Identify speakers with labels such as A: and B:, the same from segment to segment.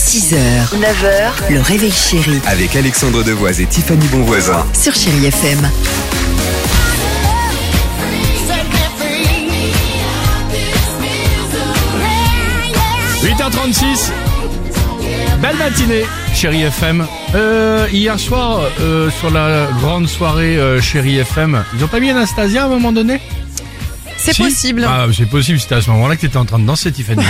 A: 6h, 9h, le réveil chéri
B: Avec Alexandre Devoise et Tiffany Bonvoisin.
A: sur Chéri FM.
C: Set me free. This music.
D: 8h36 Belle matinée, chérie FM. Euh, hier soir, euh, sur la grande soirée euh, chérie FM, ils ont pas mis Anastasia à un moment donné
E: C'est
D: Si
E: possible.
D: Ah, c'est possible, c'était à ce moment-là que t'étais en train de danser, Tiffany.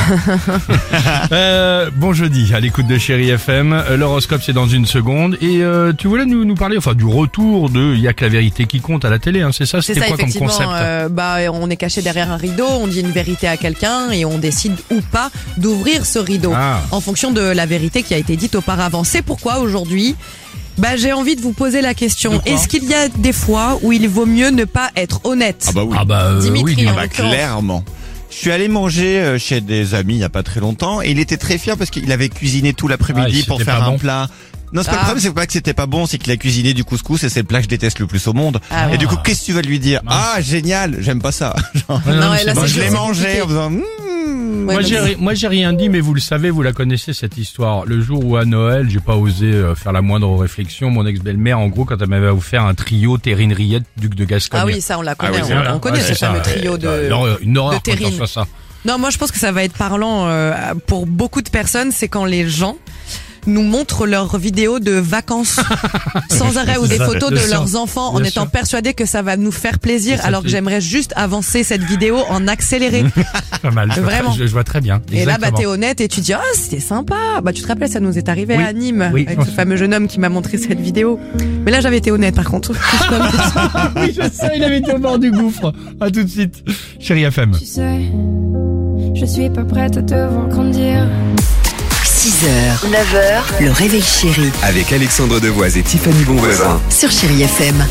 D: Euh, bon jeudi, à l'écoute de chérie FM. Euh, L'horoscope, c'est dans une seconde. Et euh, tu voulais nous, nous parler enfin, du retour de Il y a que la vérité qui compte à la télé, hein, c'est ça
E: C'est
D: C'était
E: ça,
D: quoi comme
E: effectivement.
D: concept
E: euh, bah, on est caché derrière un rideau, on dit une vérité à quelqu'un et on décide ou pas d'ouvrir ce rideau
D: Ah.
E: en fonction de la vérité qui a été dite auparavant. C'est pourquoi aujourd'hui, bah, j'ai envie de vous poser la
D: De
E: question.
D: quoi
E: Est-ce qu'il y a des fois où il vaut mieux ne pas être honnête
F: Ah bah oui.
D: Ah bah euh,
E: Dimitri,
D: oui,
E: hein.
F: Bah,
E: l'occurrence.
F: clairement. Je suis allé manger euh, chez des amis il y a pas très longtemps et il était très fier parce qu'il avait cuisiné tout
D: Ah, et
F: l'après-midi
D: c'était
F: pour
D: pas
F: faire un
D: bon.
F: plat. Non, c'est pas
E: Ah.
F: le problème, c'est pas que c'était pas bon, c'est qu'il a cuisiné du couscous et c'est le plat que je déteste le plus au monde.
E: Ah ouais.
F: Et du coup, qu'est-ce que tu vas lui dire Ah, génial, j'aime pas ça. Genre,
D: Ouais,
E: Non,
D: Ah, mais
E: et
D: c'est
E: là,
D: bon.
E: c'est
F: je l'ai
E: compliqué.
F: mangé en faisant. Mmh.
E: Ouais,
D: Moi
E: mais
D: j'ai, ri- moi j'ai rien dit mais vous le savez, vous la connaissez cette histoire. Le jour où à Noël j'ai pas osé euh, faire la moindre réflexion, mon ex-belle-mère en gros quand elle m'avait offert un trio Terrine Riette, duc de Gascogne.
E: Ah oui, ça on la connaît,
F: oui,
E: on-
F: c'est
E: on,
D: Ouais,
E: connaît
D: ouais,
E: ce
D: c'est ça,
E: fameux
D: ouais.
E: trio de...
F: euh,
D: Une horreur, une horreur
E: de
D: quand on
E: terrine.
D: soit ça.
E: Non, moi je pense que ça va être parlant euh, pour beaucoup de personnes, c'est quand les gens nous montrent leurs vidéos de vacances sans arrêt ou des
D: Ça,
E: photos
D: bien
E: de
D: sûr.
E: leurs enfants en
D: Bien
E: étant
D: sûr.
E: persuadés que ça va nous faire plaisir
D: Ça,
E: alors que
D: c'est-
E: j'aimerais juste avancer cette vidéo en accéléré.
D: Pas mal. je vois
E: Vraiment.
D: très- Je, je vois très bien.
E: et là bah
D: Exactement.
E: t'es honnête et tu dis ah c'était sympa. Bah tu te rappelles ça nous est arrivé
D: Oui.
E: à Nîmes
D: Oui.
E: avec ce fameux jeune homme qui m'a montré cette vidéo. Mais là j'avais été honnête par contre.
D: oui, je sais, il avait été au bord du gouffre. À tout de suite, chérie FM.
G: Tu sais, je suis pas prête à te voir grandir.
A: 6h, 9h, le réveil chéri
B: Avec Alexandre Devoise et Tiffany Bonvoisin.
A: sur Chéri FM.